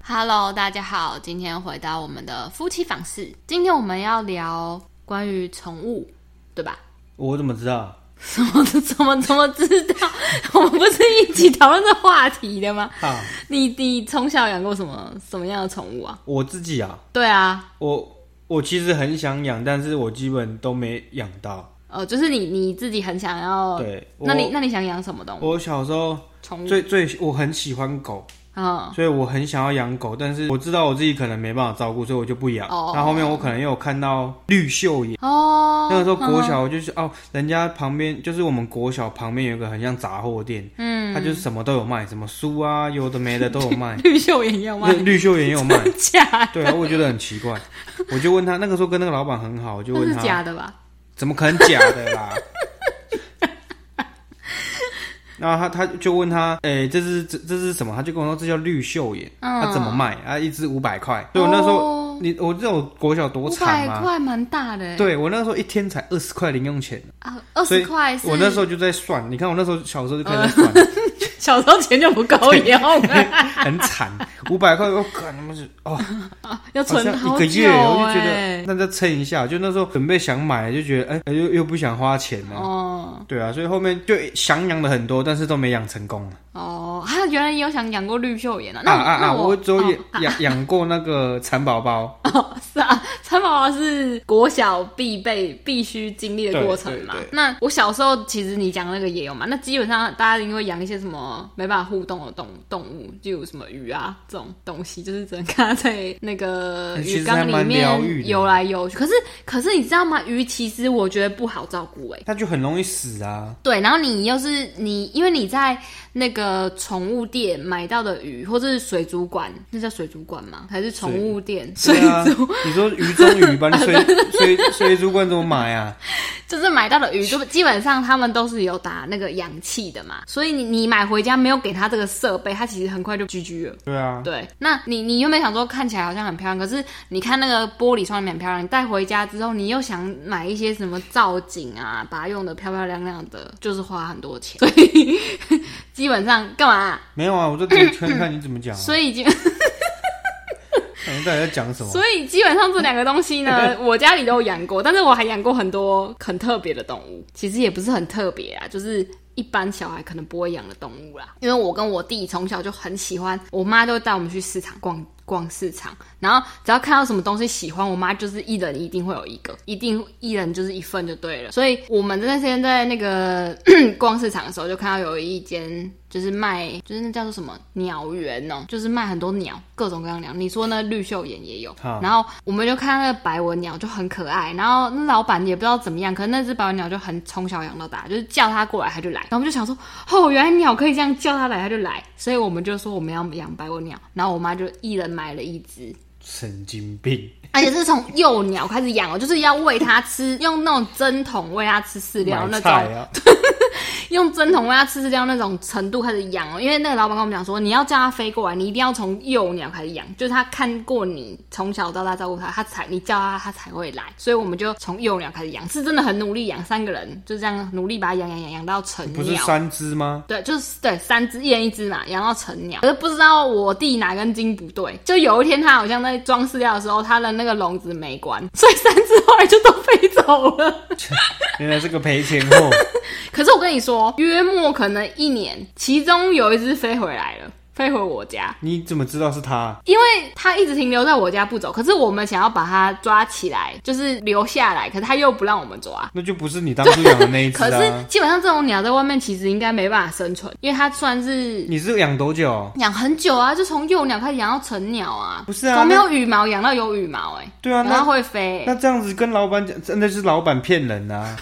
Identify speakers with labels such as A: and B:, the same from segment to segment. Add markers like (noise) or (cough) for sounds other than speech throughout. A: Hello，大家好，今天回到我们的夫妻访视，今天我们要聊关于宠物，对吧？ (laughs)
B: 我怎么知道？
A: 怎么怎么怎么知道？ (laughs) 我们不是一起讨论这话题的吗？
B: 啊，
A: 你你从小养过什么什么样的宠物啊？
B: 我自己啊，
A: 对啊，
B: 我我其实很想养，但是我基本都没养到。
A: 呃，就是你你自己很想要，
B: 对，我
A: 哦那你嗯那你想养什么动物？
B: 我小时候
A: 宠物？
B: 最最我很喜欢狗，
A: 嗯，
B: 所以我很想要养狗，但是我知道我自己可能没办法照顾，所以我就不养。
A: 哦
B: 那后面我可能又有看到绿袖眼，
A: 哦，
B: 那个时候国
A: 嗯
B: 小我就是哦，人家旁边就是我们国小旁边有一个很像杂货店，
A: 嗯，
B: 它就是什么都有卖，什么书啊，有的
A: (laughs)，
B: 没的都有卖
A: 绿袖眼要吗
B: 绿？绿袖眼也有卖。
A: (laughs) 假，
B: 对啊，我觉得很奇
A: (laughs)
B: 怪，我就问他，那个时候跟那个老板很好，我就
A: 那
B: 问
A: 是
B: 他，
A: 假的吧？
B: 怎么可能假
A: (laughs)
B: 的啦？然后他他就问他，哎、这是这这是什么？他就跟我说这叫绿袖眼，
A: 嗯
B: 他怎么卖？啊，一只五百块。对我那时候，
A: 哦
B: 你我这种国小多
A: 五
B: 惨
A: 百
B: 嘛、
A: 块蛮大的欸，
B: 对我那时候一天才二十块零用钱，
A: 啊，二
B: 所
A: 十
B: 以
A: 块是嗯
B: 我那时候就在算。你看我那时候小时候就开始在算，
A: 小时候钱就不够用，
B: 很惨，五百块，我靠，他妈是哦，
A: (laughs) 要
B: 好
A: 存
B: 像
A: 好
B: 一个
A: 久
B: 月，我就觉得
A: 欸
B: 那再撑一下。就那时候准备想买，就觉得哎、又又不想花钱了、
A: 哦
B: 对啊，所以后面就想养了很多，但是都没养成功
A: 哦，他原来也有想养过绿袖眼啊，
B: 啊
A: 那
B: 啊
A: 那
B: 啊！我只有
A: 哦
B: 养养养过那个蚕宝宝，
A: (laughs) 哦是啊，蚕宝宝是国小必备必须经历的过程嘛
B: 对对对。
A: 那我小时候其实你讲的那个也有嘛，那基本上大家因为养一些什么没办法互动的动动物，就有什么鱼啊这种东西，就是只能看它在那个
B: 嗯其
A: 鱼
B: 实
A: 缸
B: 还
A: 里
B: 蛮疗
A: 面
B: 愈的
A: 游来游去。可是可是你知道吗？鱼其实我觉得不好照顾哎、
B: 它就很容易死啊。
A: 对，然后你又是你，因为你在那个宠物店买到的鱼，或者是水族馆，那叫水族馆吗？还是宠物店？水
B: 对啊
A: 族、， (laughs)
B: 你说鱼中鱼吧，你水水水族馆怎么买啊？
A: 就是买到的鱼，就基本上他们都是有打那个氧气的嘛，所以你你买回家没有给它这个设备，它其实很快就 GG 了。
B: 对啊，
A: 对，那你你原本想说看起来好像很漂亮，可是你看那个玻璃窗里面很漂亮，你带回家之后，你又想买一些什么造景啊，把它用的漂漂亮亮的，就是花很多钱，所以 (laughs) 基本上干嘛啊、
B: 没有啊，我就只是看看你怎么讲、啊。
A: 所以基
B: 哎你到底在讲什么？
A: 所以基本上这两个东西
B: (laughs)
A: 呢，我家里都有养过，但是我还养过很多很特别的动物，其实也不是很特别啊，就是。一般小孩可能不会养的动物啦，因为我跟我弟从小就很喜欢，我妈就会带我们去市场逛逛市场，然后只要看到什么东西喜欢，我妈就是一人一定会有一个，一定一人就是一份就对了。所以我们那天在那个逛市场的时候，就看到有一间就是卖，就是那叫做什么鸟园哦，就是卖很多鸟，各种各样的鸟。你说那绿袖眼也有
B: 好，
A: 然后我们就看那个白纹鸟就很可爱，然后那老板也不知道怎么样，可是那只白纹鸟就很从小养到大，就是叫它过来它就来。然后我们就想说，哦，原来鸟可以这样叫它来它就来，所以我们就说我们要养白纹鸟，然后我妈就一人买了一
B: (laughs)
A: 只，
B: 神经病！
A: 而且是从幼鸟开始养哦，就是要喂它吃，用那种针筒喂它吃饲料那种，
B: 买菜啊，
A: 用针筒喂它吃饲料那种程度开始养哦。因为那个老板跟我们讲说，你要叫它飞过来，你一定要从幼鸟开始养，就是它看过你从小到大照顾它，它才你叫它它才会来。所以我们就从幼鸟开始养，是真的很努力养，三个人就这样努力把它养养养养到成
B: 不是
A: 鸟。
B: 三只吗？ (laughs)
A: 对，就是对，三只，一人一只嘛，养到成鸟。可是不知道我弟哪根筋不对，就有一天他好像在装饲料的时候，他的那个笼子没关，所以三只后来就都飞走了。
B: 原来是个赔钱货。
A: 可是我跟你说，约莫可能一年，其中有一只飞回来了，飞回我家。
B: 你怎么知道是他？啊
A: 因为它一直停留在我家不走，可是我们想要把它抓起来，就是留下来，可是它又不让我们抓，
B: 那就不是你当初养的那一
A: (laughs)
B: 只
A: 可是
B: 啊。
A: 基本上这种鸟在外面其实应该没办法生存，因为它算是
B: 你是养多久？
A: 养很久啊，就从幼鸟开始养到成鸟啊，
B: 不是啊
A: 从没有羽毛养到有羽毛哎、
B: 对啊，
A: 然
B: 那
A: 后会飞、
B: 那这样子跟老板讲，真的是老板骗
A: (laughs)
B: 人啊！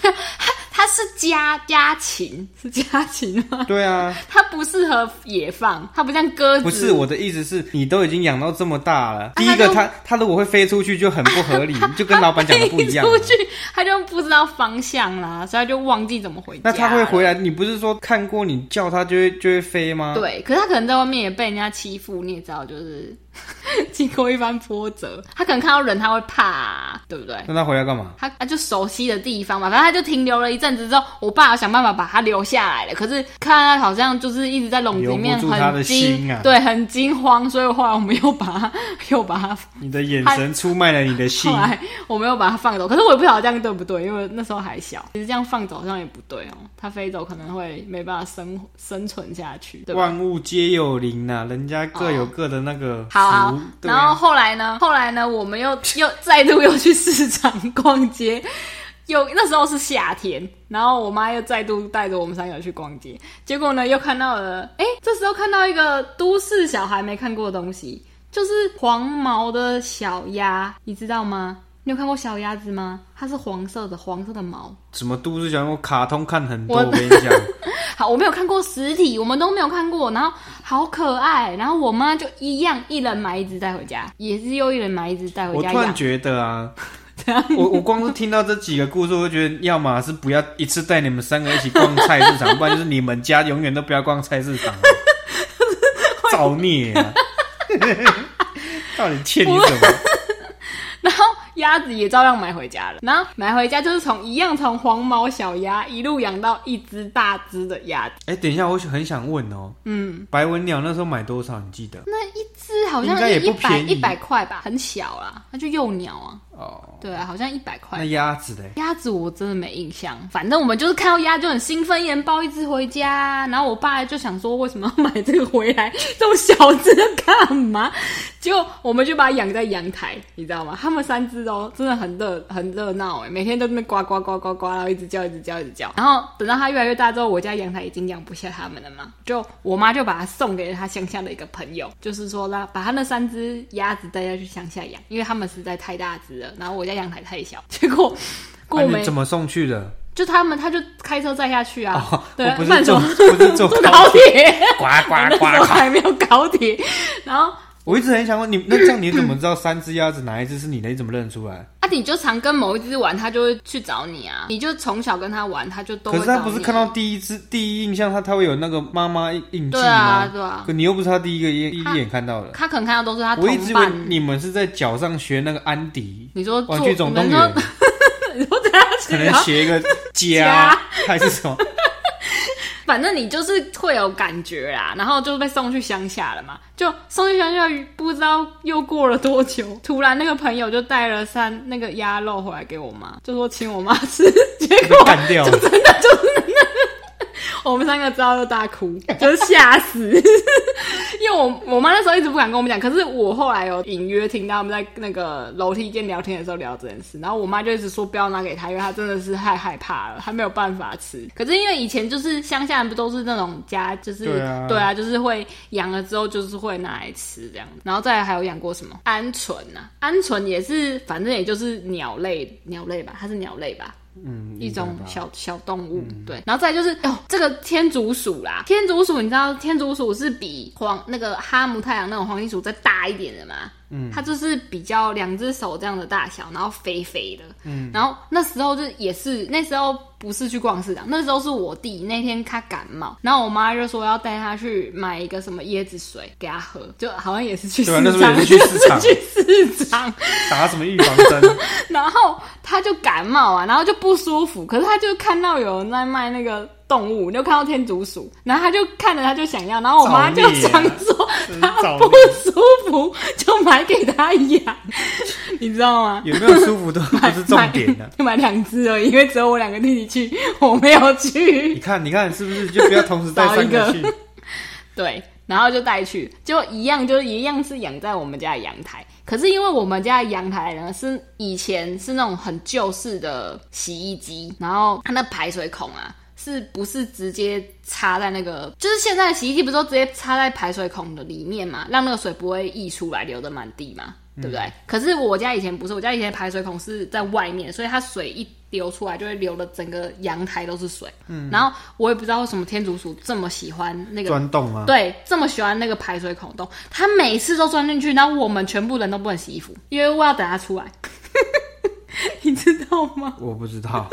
A: 它是家家禽，是家禽吗？
B: 对啊，
A: 它不适合野放，它不像鸽子。
B: 不是我的意思是，你都已经养到这么大了，第一
A: 它
B: 个
A: 就
B: 它它如果会飞出去就很不
A: (laughs)
B: 合理，你就跟老板讲的不一样啊
A: 飞。出去它就不知道方向啦，所以它就忘记怎么回家。
B: 那它会回来，你不是说看过你叫它就会就会飞吗？
A: 对，可是他可能在外面也被人家 (laughs) 欺负，你也知道，就是经过一番波折，他可能看到人他会怕啊、对不对？
B: 那他回来干嘛？
A: 他他就熟悉的地方嘛，反正他就停留了一阵子之后，我爸想办法把他留下来了。可是看他好像就是一直在笼子里面
B: 留不住他
A: 很
B: 的
A: 惊，
B: 心啊
A: 对，很惊慌，所以后来我们又把他 (laughs) 又把他
B: 你的眼神出卖了你的心
A: (laughs) 后。来我没有把它放走，可是我也不晓得这样对不对，因为那时候还小，其实这样放走好像也不对哦，它飞走可能会没办法生活生存下去，对吧？
B: 万物皆有灵呐、人家各有各的那个福。
A: 好啊
B: 对
A: 然
B: 啊
A: 后后来呢？后来呢？我们
B: (laughs)
A: 又又再度又去市场逛街，又那时候是夏天，然后我妈又再度带着我们三个去逛街，结果呢又看到了，哎、这时候看到一个都市小孩没看过的东西，就是黄毛的小鸭，你知道吗？你有看过小鸭子吗？它是黄色的，黄色的毛。
B: 什么都市小说、卡通看很多，
A: 我
B: 我跟你讲，
A: 好，我没有看过实体，我们都没有看过，然后好可爱，然后我妈就一样一人买一只带回家，也是又一人买一只带回
B: 我
A: 家
B: 突然
A: 养。
B: 觉得啊，
A: (laughs) 这样
B: 我我光是听到这几个故事，我就觉得，要么是不要一次带你们三个一起逛菜市场，不然就是你们家永远都不要逛菜市
A: (laughs)
B: 场、啊，造孽啊！到底欠你什么？
A: (laughs) 然后鸭子也照样买回家了，然后买回家就是从一样从黄毛小鸭一路养到一只大只的鸭子，
B: 哎、等一下，我很想问哦，
A: 嗯，
B: 白文鸟那时候买多少？你记得？
A: 那一只好像
B: 应该也
A: 一
B: 不
A: 百
B: 便宜
A: 一百块吧，很小啦，它就幼鸟啊，
B: 哦，
A: 对啊，好像一百
B: 那
A: 块。
B: 鸭子嘞？
A: 鸭子我真的没印象，反正我们就是看到鸭就很兴奋，一人抱一只回家。然后我爸就想说，为什么要买这个回来？这么小只干嘛？结果我们就把它养在阳台，你知道吗？他们三只哦，真的很热很热闹哎，每天都在那边呱呱呱呱呱，然后一直叫一直叫一直叫。然后等到它越来越大之后，我家阳台已经养不下它们了嘛，就我妈就把它送给了她乡下的一个朋友，就是说啦，把它那三只鸭子带下去乡下养，因为它们实在太大只了，然后我家阳台太小，结果。过
B: 啊
A: 没、
B: 你怎么送去的？
A: 就他们，他就开车载下去啊，
B: 哦，
A: 对
B: 我，不
A: 慢
B: 是坐，
A: 走，
B: (laughs) 不
A: (laughs)
B: 是坐
A: 坐
B: 高
A: 高
B: 铁，
A: 铁，
B: 呱
A: (laughs) 那
B: 呱
A: 时候
B: 呱呱。
A: 还没有高铁，然后
B: 我一直很想问你，那这样你怎么知道三只鸭子哪一只是你的？你怎么认出来？
A: 啊，你就常跟某一只玩，他就会去找你啊，你就从小跟他玩，他就都
B: 可
A: 会
B: 是他
A: 找
B: 不是
A: 你啊
B: 看到第一只第一印象，他他会有那个妈妈印印记
A: 对
B: 吗？
A: 啊对啊
B: 可你又不是他第一个一
A: 他
B: 一眼看到的。
A: 他可能看到都是他
B: 我一
A: 同
B: 直以为
A: 伴。
B: 你们是在脚上学那个安迪
A: 你说做
B: 玩具总动
A: 你们
B: 员
A: 说，你
B: (laughs)
A: 说这样子
B: 可能
A: 然后
B: 学
A: (laughs)
B: 一个
A: 家
B: 家还是什么？
A: 反正你就是会有感觉啦，然后就被送去乡下了嘛。就送去乡下，不知道又过了多久，突然那个朋友就带了三那个鸭肉回来给我妈，就说请我妈吃， (laughs) 结
B: 被
A: 果
B: 干掉
A: (laughs) 就真的就是那个，我们三个知道就大哭，就是吓死。因为我我妈那时候一直不敢跟我们讲，可是我后来有隐约听到他们在那个楼梯间聊天的时候聊这件事，然后我妈就一直说不要拿给她，因为她真的是太害怕了，她没有办法吃。可是因为以前就是乡下人不都是那种家，就是
B: 对啊
A: 就是会养了之后就是会拿来吃这样，然后再来还有养过什么鹌鹑呐、鹌鹑也是反正也就是鸟类鸟类吧，它是鸟类吧，
B: 嗯，
A: 一种
B: 应该吧
A: 小小动物，
B: 嗯
A: 对。然后再来就是哦，这个天竺鼠啦，天竺鼠你知道天竺鼠是比黄那个哈姆太阳那种黄金鼠再大一点的嘛？嗯，它就是比较两只手这样的大小，然后肥肥的。嗯，然后那时候就也是那时候不是去逛市场，那时候是我弟那天他感冒，然后我妈就说要带他去买一个什么椰子水给他喝，就好像也是去市
B: 对啊
A: 场，
B: 那时候也是去市场
A: 就是 (laughs) 去市场。
B: 打什么预防针？
A: 然后他就感冒啊，然后就不舒服。可是他就看到有人在卖那个动物，就看到天竺鼠，然后他就看着他就想要，然后我妈就
B: 造孽啊
A: 想说
B: 真是啊
A: 他
B: 造
A: 不
B: 孽
A: 舒服就买给他养，你知道吗？
B: 有没有舒服都不是重点
A: (laughs)
B: 啊的、
A: 买就买两只而已，因为只有我两个弟弟去，我没有去
B: 你。看，你看，是不是就不要同时带
A: 少一
B: 三
A: 个
B: 个去？
A: 对，然后就带去，就一样，就是一样是养在我们家的阳台。可是因为我们家的阳台呢，是以前是那种很旧式的洗衣机，然后它那排水孔啊，是不是直接插在那个？就是现在的洗衣机不是都直接插在排水孔的里面嘛，让那个水不会溢出来，流的满地嘛，对不对？可是我家以前不是，我家以前的排水孔是在外面，所以它水一流出来就会流的整个阳台都是水。嗯，然后我也不知道为什么天竺鼠这么喜欢那个
B: 钻洞啊！
A: 对，这么喜欢那个排水孔洞，他每次都钻进去，然后我们全部人都不能洗衣服， (laughs) 因为我要等他出来，你知道吗？
B: 我不知道，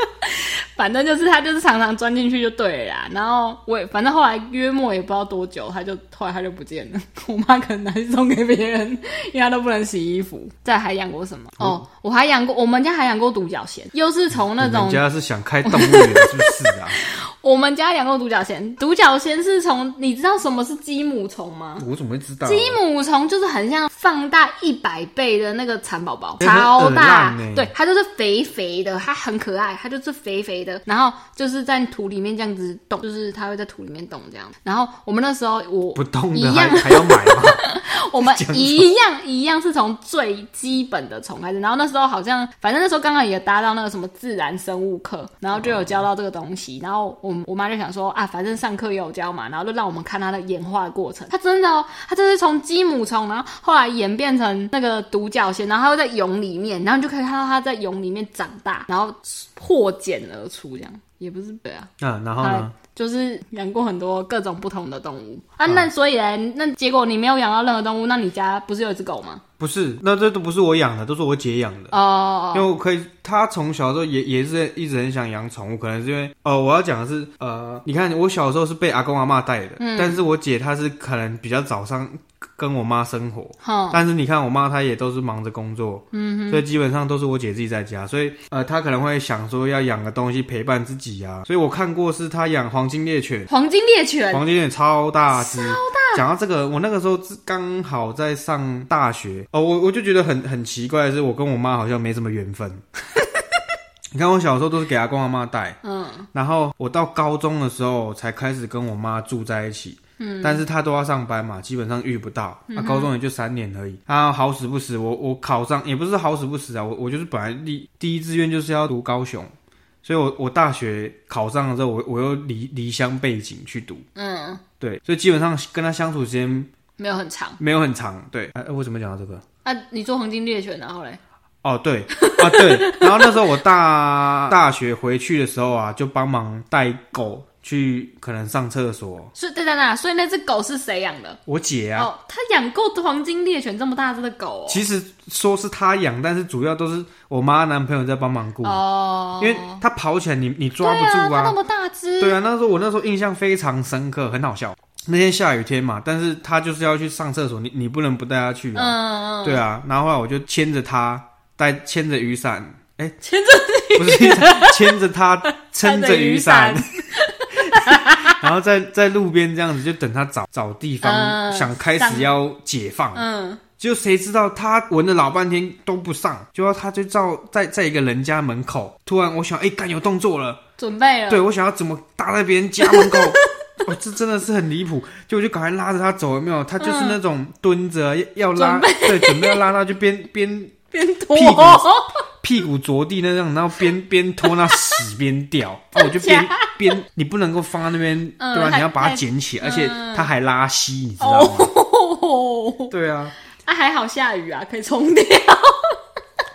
A: 反正就是他就是常常钻进去就对了啦。然后我也反正后来约莫也不知道多久，他就后来他就不见了。 (laughs) 我妈可能拿去送给别人，因为他都不能洗衣服。再还养过什么？
B: 嗯
A: 哦，我还养过，我们家还养过独角仙，又是从那
B: 人
A: 种
B: 家是想开动物园是不是啊？ (laughs)
A: 我们家养过独角仙。独角仙是从你知道什么是鸡母虫吗？
B: 我怎么会知道啊？
A: 鸡母虫就是很像放大一百倍的那个蚕宝宝，
B: 欸
A: 超
B: 很
A: 大
B: 烂欸，
A: 对，它就是肥肥的，它很可爱，它就是肥肥的，然后就是在土里面这样子动，就是它会在土里面动这样。然后我们那时候我
B: 不动
A: 一
B: 的还
A: 样，
B: 还要买吗？
A: (laughs) 我们
B: 讲
A: 一样一样是从最基本的虫开始，然后那时候好像，反正那时候刚刚也搭到那个什么自然生物课，然后就有教到这个东西，然后我我妈就想说啊，反正上课也有教嘛，然后就让我们看它的演化的过程。它真的哦，它就是从鸡母虫，然后后来演变成那个独角仙，然后它会在蛹里面，然后你就可以看到它在蛹里面长大，然后破茧而出，这样也不是对啊，
B: 啊，然后
A: 啊
B: 呢？，嗯
A: 就是养过很多各种不同的动物啊。那所以嘞，那结果你没有养到任何动物，那你家不是有一只狗吗？
B: 不是，那这都不是我养的，都是我姐养的。
A: 哦，
B: 因为我可以，他从小的时候也也是一直很想养宠物，可能是因为呃，我要讲的是呃，你看我小时候是被阿公阿嬷带的，
A: 嗯
B: 但是我姐她是可能比较早上跟我妈生活，
A: 哼，
B: 但是你看我妈她也都是忙着工作，嗯，所以基本上都是我姐自己在家，所以呃，她可能会想说要养个东西陪伴自己啊，所以我看过是她养黄金猎犬，
A: 黄金猎犬，
B: 黄金猎犬超大只，超大。讲到这个，我那个时候是刚好在上大学哦，我我就觉得很很奇怪的是，我跟我妈好像没什么缘分。 (laughs) 你看我小时候都是给阿公阿妈带，
A: 嗯，
B: 然后我到高中的时候才开始跟我妈住在一起。嗯，但是她都要上班嘛，基本上遇不到。那、高中也就三年而已。啊，好死不死，我我考上也不是好死不死啊，我我就是本来第第一志愿就是要读高雄，所以我我大学考上了之后，我我又离离乡背景去读。
A: 嗯，
B: 对，所以基本上跟他相处时间
A: 没有很长
B: 没有很长。对，哎、我怎么讲到这个？
A: 啊。你做黄金猎犬，然后嘞，
B: 哦，对 (laughs) 啊，对。然后那时候我大 (laughs) 大学回去的时候啊，就帮忙带狗去，可能上厕所。
A: 所以对在那，所以那只狗是谁养的？
B: 我姐啊，
A: 哦，他养过黄金猎犬这么大只的狗哦。
B: 其实说是她养，但是主要都是我妈男朋友在帮忙顾，
A: 哦，
B: 因为她跑起来你你抓不住
A: 对啊，它那
B: 啊。
A: 么大只，
B: 对啊，那时候我那时候印象非常深刻，很好笑。那天下雨天嘛，但是她就是要去上厕所，你你不能不带她去啊。
A: 嗯，嗯，
B: 对啊，然后后来我就牵着他，带牵着雨伞，哎、
A: 牵
B: 着不是雨伞牵着他，撑着雨伞， (laughs) 然后在在路边这样子就等他找找地方，
A: 嗯
B: 想开
A: 上
B: 始要解放，
A: 嗯，
B: 就谁知道他闻了老半天都不上，结果他就照在在一个人家门口，突然我想，哎、干有动作了。
A: 准备了，
B: 对我想要怎么搭在别人家门口。 (laughs) 哦，这真的是很离谱！就我就赶快拉着他走，有没有？他就是那种蹲着要要拉，对，准备要拉他，就边边
A: 边拖
B: 屁股屁股着地那样，然后边边拖那屎边掉，哦，我就边边你不能够放在那边，
A: 嗯
B: 对吧？
A: 太
B: 你要把它
A: 太
B: 捡起来，而且他还拉稀，你知道吗？
A: 哦，
B: 对啊，
A: (laughs) 啊，还好下雨啊，可以冲掉。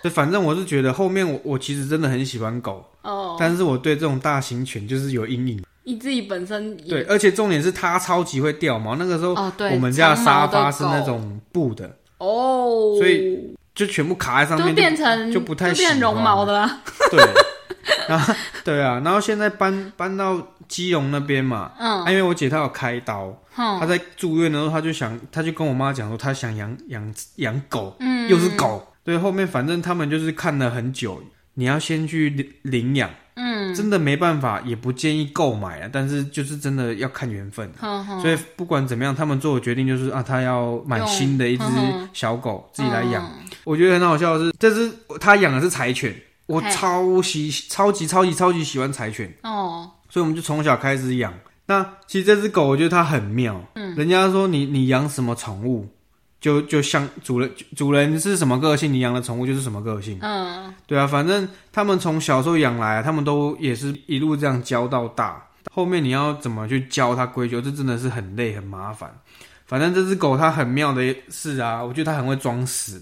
B: 对，反正我是觉得后面我我其实真的很喜欢狗，
A: 哦，
B: 但是我对这种大型犬就是有阴影。
A: 你自己本身也
B: 对，而且重点是它超级会掉毛。那个时候，
A: 哦对
B: 我们家的沙发是
A: 长毛的
B: 那
A: 狗
B: 种布的，
A: 哦，
B: 所以就全部卡在上面，
A: 就
B: 就
A: 变成
B: 就不太
A: 就变
B: 喜欢
A: 绒毛的啦。 (laughs)
B: 对。然后对啊，然后现在搬搬到基隆那边嘛，
A: 嗯
B: 啊因为我姐她有开刀，
A: 哼，
B: 她在住院的时候，她就想，她就跟我妈讲说，她想养养养狗，嗯，又是狗。对，后面反正他们就是看了很久，你要先去领领养，
A: 嗯，
B: 真的没办法，也不建议购买啊，但是就是真的要看缘分。
A: 哼哼，
B: 所以不管怎么样，他们做的决定就是啊，他要买新的一只小狗自己来养。我觉得很好笑的是，这只他养的是柴犬，我
A: 嘿
B: 超喜超级超级超级喜欢柴犬，
A: 哦，
B: 所以我们就从小开始养。那其实这只狗，我觉得它很妙。嗯，人家说你你养什么宠物，就就像主人主人是什么个性，你养的宠物就是什么个性。
A: 嗯，
B: 对啊，反正他们从小时候养来，他们都也是一路这样教到大。后面你要怎么去教它规矩，这真的是很累很麻烦。反正这只狗它很妙的是啊，我觉得它很会装死。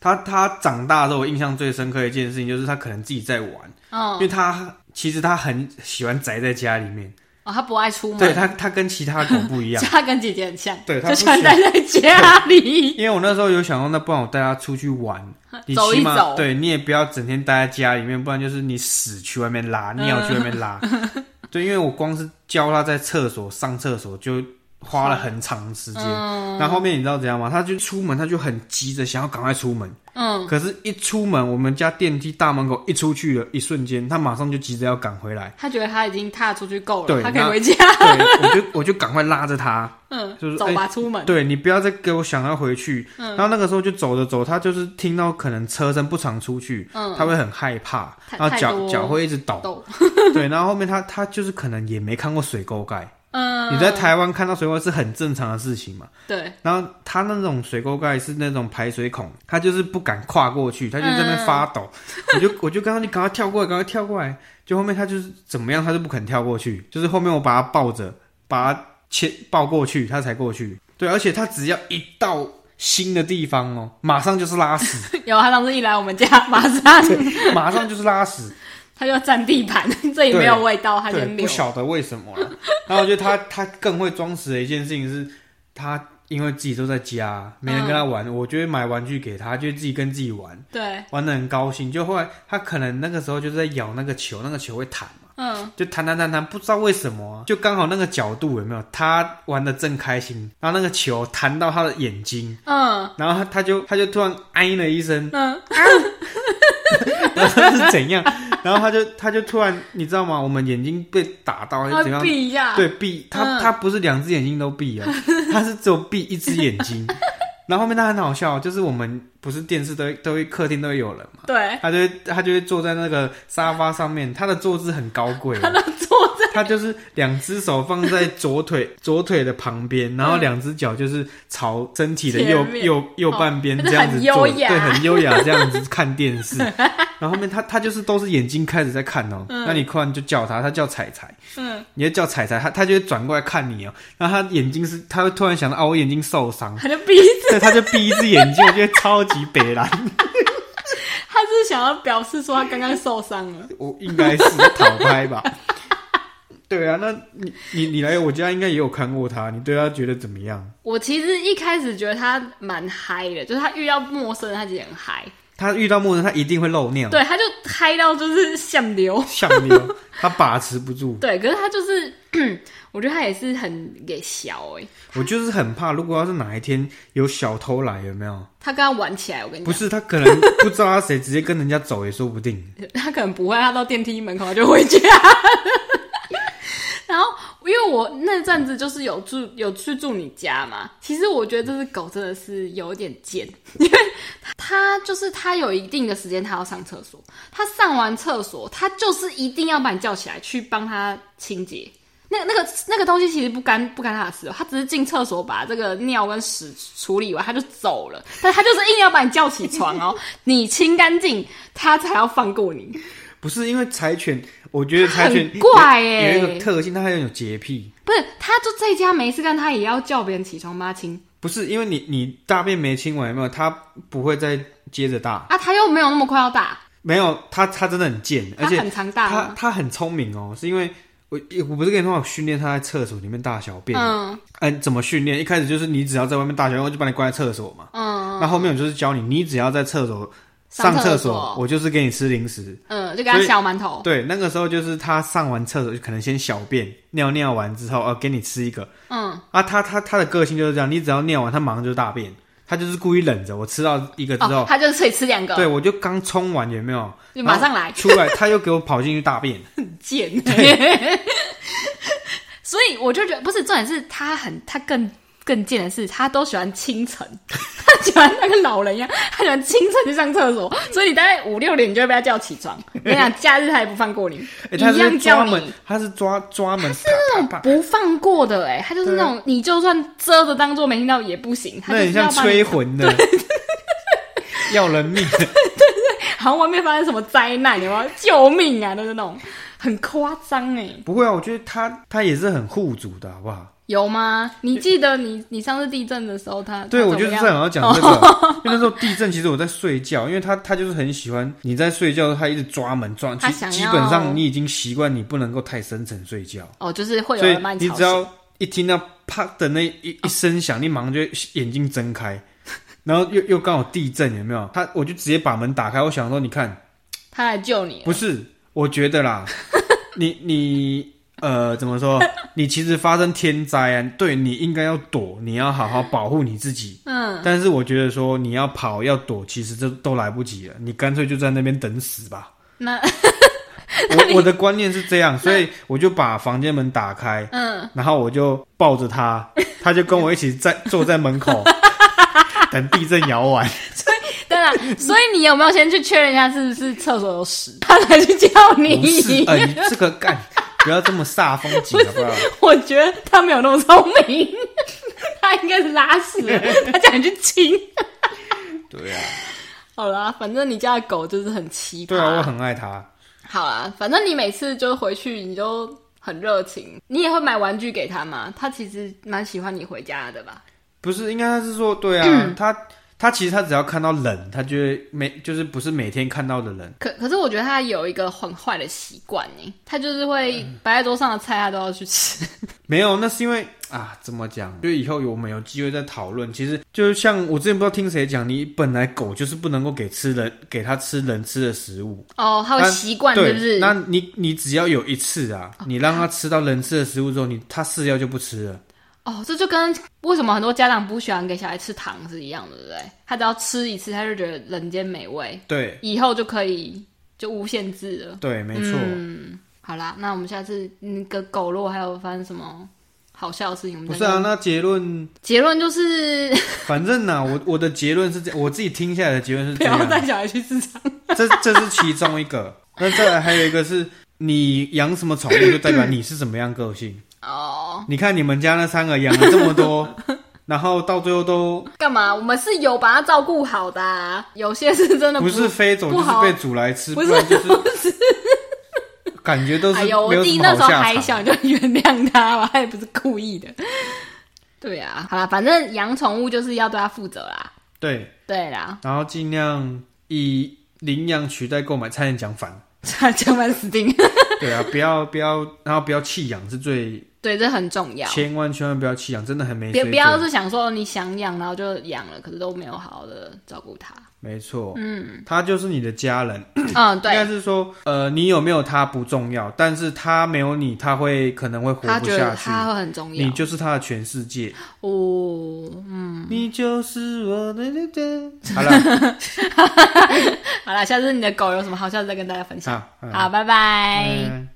B: 它它长大之后，我印象最深刻的一件事情就是它可能自己在玩，
A: 哦，
B: 因为它其实它很喜欢宅在家里面，
A: 哦，它不爱出门，
B: 对
A: (laughs)
B: 它，它跟其他狗不一样。
A: 它跟姐姐很像，
B: 对它
A: 就
B: 不
A: 喜欢
B: 喜
A: 待
B: 欢
A: 在家里。 (laughs)
B: 因为我那时候有想说，那不然我带它出去玩，你
A: 走一
B: 起码
A: 走
B: 对你也不要整天待在家里面，不然就是你屎去外面拉，尿去外面拉。
A: 嗯 (laughs)
B: 对，因为我光是教它在厕所上厕所就花了很长时间。
A: 嗯
B: 那后面你知道怎样吗？它就出门，它就很急着想要赶快出门。
A: 嗯，
B: 可是，一出门，我们家电梯大门口一出去了，一瞬间，它马上就急着要赶回来。
A: 他觉得他已经踏出去够了，
B: 对
A: 他可以
B: 那
A: 回家。 (laughs)
B: 对，我就我就赶快拉着它，
A: 嗯，
B: 就是哎
A: 走吧，出门。嗯
B: 对你不要再给我想要回去。然后那个时候就走着走，他就是听到可能车声不常出去，
A: 嗯
B: 他会很害怕，
A: 太
B: 然后
A: 太
B: 脚
A: 多
B: 脚会一直抖。
A: 抖
B: (laughs) 对，然后后面他他就是可能也没看过水沟盖，
A: 嗯，
B: 你在台湾看到水沟盖是很正常的事情嘛。
A: 对， (laughs)
B: 然后他那种水沟盖是那种排水孔，他就是不敢跨过去，他就在那边发抖。
A: 嗯
B: 我就我就跟他说你赶快跳过来，赶快跳过来。就后面他就是怎么样，他就不肯跳过去，就是后面我把他抱着，把他牵抱过去，他才过去。对，而且他只要一到新的地方哦，马上就是拉
A: (laughs)
B: 屎，
A: 有啊他上次一来我们家，马上
B: 马上就是拉屎。
A: (laughs) 他就占地盘， (laughs) 这里没有味道，他
B: 对，
A: 先
B: 不
A: 留。
B: 晓得为什么了。然后我觉得他他更会装死的一件事情是，他因为自己都在家，没人跟他玩，我就会买玩具给他，他就自己跟自己玩，
A: 对，
B: 玩的很高兴。就后来他可能那个时候就是在咬那个球，那个球会弹嘛，
A: 嗯，
B: 就弹弹弹弹，不知道为什么啊、就刚好那个角度有没有，他玩的正开心，然后那个球弹到他的眼睛。
A: 嗯
B: 然后他他就他就突然哎了一声，
A: 嗯，
B: 然后他是怎样？然后他就他就突然，你知道吗？我们眼睛被打到还是
A: 他
B: 怎样？
A: 啊闭一下。
B: 对，闭他
A: 嗯
B: 他不是两只眼睛都闭啊， (laughs) 他是只有闭一只眼睛。然后后面他很好笑，就是我们不是电视都会都会客厅都会有人嘛，
A: 对，
B: 他就会他就会坐在那个沙发上面，他的坐姿很高贵哦，
A: 他都坐在
B: 他就是两只手放在左腿 (laughs) 左腿的旁边，然后两只脚就是朝身体的右
A: 前面
B: 右右半边
A: 哦
B: 这样子
A: 就是很
B: 坐，
A: 优雅
B: 对，很优雅这样子看电
A: (laughs)
B: 视。然后后面他他就是都是眼睛开始在看哦，那你突然就叫他，他叫彩彩。
A: 嗯，
B: 你就叫彩彩，他他就会转过来看你哦、然后他眼睛是，他会突然想到啊，我眼睛受伤，
A: 他就闭一 (laughs) 只，
B: 所以他就闭一只眼睛，我觉得超级北蓝，
A: 他是想要表示说他刚刚受伤了。
B: 我应该是讨拍吧。 (laughs) 对啊，那你你你来我家应该也有看过他，你对他觉得怎么样？
A: 我其实一开始觉得他蛮嗨的，就是他遇到陌生人，他其实很嗨，
B: 他遇到陌生人，他一定会漏尿，
A: 对，他就嗨到就是想流。
B: 像尿，他把持不住。
A: 对，可是他就是， (clears throat) 我觉得他也是很给小哎、
B: 我就是很怕，如果要是哪一天有小偷来，有没有？
A: 他跟他玩起来，我跟你
B: 不
A: 讲，
B: 是他可能不知道他谁，直接跟人家走也说不定。
A: 他可能不会，他到电梯门口他就回家。然后，因为我那阵子就是有住有去住你家嘛，其实我觉得这只狗真的是有点贱，因为它就是它有一定的时间它要上厕所，它上完厕所，它就是一定要把你叫起来去帮它清洁。那那个那个东西其实不干不干他的事哦，他只是进厕所把这个尿跟屎处理完，他就走了。但他就是硬要把你叫起床 (laughs) 哦，你清干净，他才要放过你。
B: 不是因为柴犬，我觉得柴犬
A: 很怪欸
B: 有有一个特性，它很有洁癖。
A: 不是，他就在家没事干，他也要叫别人起床妈亲
B: 不是因为你你大便没清完有没有？它不会再接着大，
A: 啊，他又没有那么快要大，
B: 没有它它真的很贱，而
A: 他
B: 且
A: 很常大
B: 它
A: 吗？
B: 它很聪明哦，是因为我我不是跟你说我训练它在厕所里面大小便吗，
A: 嗯
B: 嗯，怎么训练？一开始就是你只要在外面大小便，我就把你关在厕所嘛。
A: 嗯
B: 那后面我就是教你，你只要在厕所
A: 上
B: 上厕
A: 厕所
B: 我就是给你吃零食。
A: 嗯，就给他小馒头，
B: 对，那个时候就是他上完厕所就可能先小便尿尿完之后，呃，给你吃一个。
A: 嗯
B: 啊，他他他的个性就是这样，你只要尿完，他马上就大便，他就是故意忍着。我吃到一个之后，
A: 哦，他就是可以吃两个，
B: 对我就刚冲完，有没有？
A: 就马上来
B: 然后出来，他又给我跑进去
A: (laughs)
B: 大便。
A: 贱。 (laughs) 所以我就觉得不是重点是他很他更更贱的是他都喜欢清晨， (laughs) 他喜欢那个老人一样，他喜欢清晨去上厕所，所以你大概五六点你就会被他叫起床。我跟你讲，假日他也不放过你，
B: (laughs) 哎、他
A: 一
B: 是
A: 样叫
B: 抓
A: 你
B: 门，他是抓抓门，啪啪啪
A: 不放过的哎、他就是那种你就算遮着当做没听到也不行，他
B: 啊那
A: 就是
B: 很像
A: 要把你 (laughs)
B: 催魂的，要人命的。
A: 好像外面发生什么灾难，有没有救命啊？都是那种很夸张哎，
B: 不会啊，我觉得他他也是很护主的，好不好？
A: 有吗？你记得你你上次地震的时候他，他
B: 对，
A: 怎
B: 我
A: 么
B: 就是
A: 样
B: 正好要
A: (laughs)
B: 讲这个，因为那时候地震，其实我在睡觉，因为他他就是很喜欢你在睡觉，他一直抓门抓，
A: 他
B: 其
A: 想
B: 基
A: 要
B: 本上你已经习惯你不能够太深沉睡觉，
A: 哦，就是会有
B: 所以
A: 人把
B: 你
A: 吵
B: 只
A: 醒。哦
B: 要一听到啪的那一一声响，你马上就会眼睛睁开， (laughs) 然后又又刚好地震，有没有？他我就直接把门打开，我想说，你看
A: 他来救你了，
B: 不是，我觉
A: (laughs)
B: 得啦，你你呃，怎么说？你其实发生天灾啊，对你应该要躲，你要好好保护你自己。嗯，但是我觉得说你要跑要躲，其实这都来不及了，你干脆就在那边等死吧。
A: 那 (laughs)
B: 我我的观念是这样，所以我就把房间门打开，嗯，然后我就抱着他，他就跟我一起在坐在门口等地震摇完。
A: 当然，所以你有没有先去确认一下是不是厕所有屎，他才去叫你？
B: 不是，呃，你这个干，不要这么煞风景好不好？
A: (laughs) 我觉得他没有那么聪明， (laughs) 他应该是拉屎了，他叫你去亲。
B: 对啊，
A: 好啦，反正你家的狗就是很奇葩。
B: 对啊，我很爱他。
A: 好啦，反正你每次就回去，你就很热情，你也会买玩具给他嘛？他其实蛮喜欢你回家的吧？
B: 不是，应该他是说，对啊，他他其实他只要看到冷，他就会每就是不是每天看到的人，
A: 可可是我觉得他有一个很坏的习惯呢，他就是会
B: 嗯
A: 摆在桌上的菜他都要去吃。
B: 没有，那是因为啊，怎么讲？就以后有我们有机会再讨论。其实就像我之前不知道听谁讲，你本来狗就是不能够给吃人给它吃人吃的食物，
A: 哦，他会
B: 那
A: 习惯
B: 对
A: 是不是？哦
B: 那你你只要有一次啊，你让它吃到人吃的食物之后，你它饲料就不吃了。
A: 哦，这就跟为什么很多家长不喜欢给小孩吃糖是一样的，对不对？他只要吃一次，他就觉得人间美味，
B: 对
A: 以后就可以就无限制了。
B: 对，没错。
A: 嗯，好啦，那我们下次那个狗肉还有发生什么好笑的事情，我们
B: 不
A: 再
B: 是啊，
A: 跟
B: 那结论，
A: 结论就是
B: 反正呢、我我的结论是这样，我自己听下来的结论是啊
A: 不
B: 这样
A: 要。带小孩去市场。
B: 这这是其中一个。那再来还有一个是，你养什么宠物就代表你是什么样个性。
A: 哦，
B: 你看你们家那三个养了这
A: (laughs)
B: 么多，然后到最后都
A: 干嘛？我们是有把它照顾好的、啊，有些是真的
B: 不是啊飞走
A: 不
B: 就是
A: 好
B: 被煮来吃，
A: 不
B: 不
A: 是
B: 然就是 (laughs) 感觉都是
A: 哎
B: 没
A: 呦，我
B: 有
A: 弟
B: 什
A: 那
B: 么
A: 时候
B: 好
A: 还
B: 下
A: 小，
B: 场。
A: 你就原谅他吧，他 (laughs) 也不是故意的。对啊，好啦，反正养宠物就是要对它负责啦。
B: 对，
A: 对啦，
B: 然后尽量以领养取代购买，差点讲
A: (laughs)
B: 反。
A: 他讲完死定。 (laughs)
B: 对啊，不要不要，然后不要弃养是最，
A: 对，这很重要。
B: 千万千万不要弃养，真的很没
A: 别
B: 水
A: 不要
B: 准。
A: 是想说你想养，然后就养了，可是都没有好好的照顾
B: (clears throat)
A: 它。
B: 没错，嗯，他就是你的家人，
A: 嗯，
B: 应该
A: 对，
B: 是说，呃，你有没有他不重要，但是他没有你，他会可能会活
A: 他
B: 不
A: 觉
B: 下
A: 得
B: 去。
A: 他会很重要
B: 你。就是他的全世界，
A: 哦，
B: (laughs)
A: 嗯，
B: 你就是我的。好了，
A: 好啦，下次你的狗有什么好笑的再跟大家分享。
B: 好，嗯
A: 好，拜拜。
B: 嗯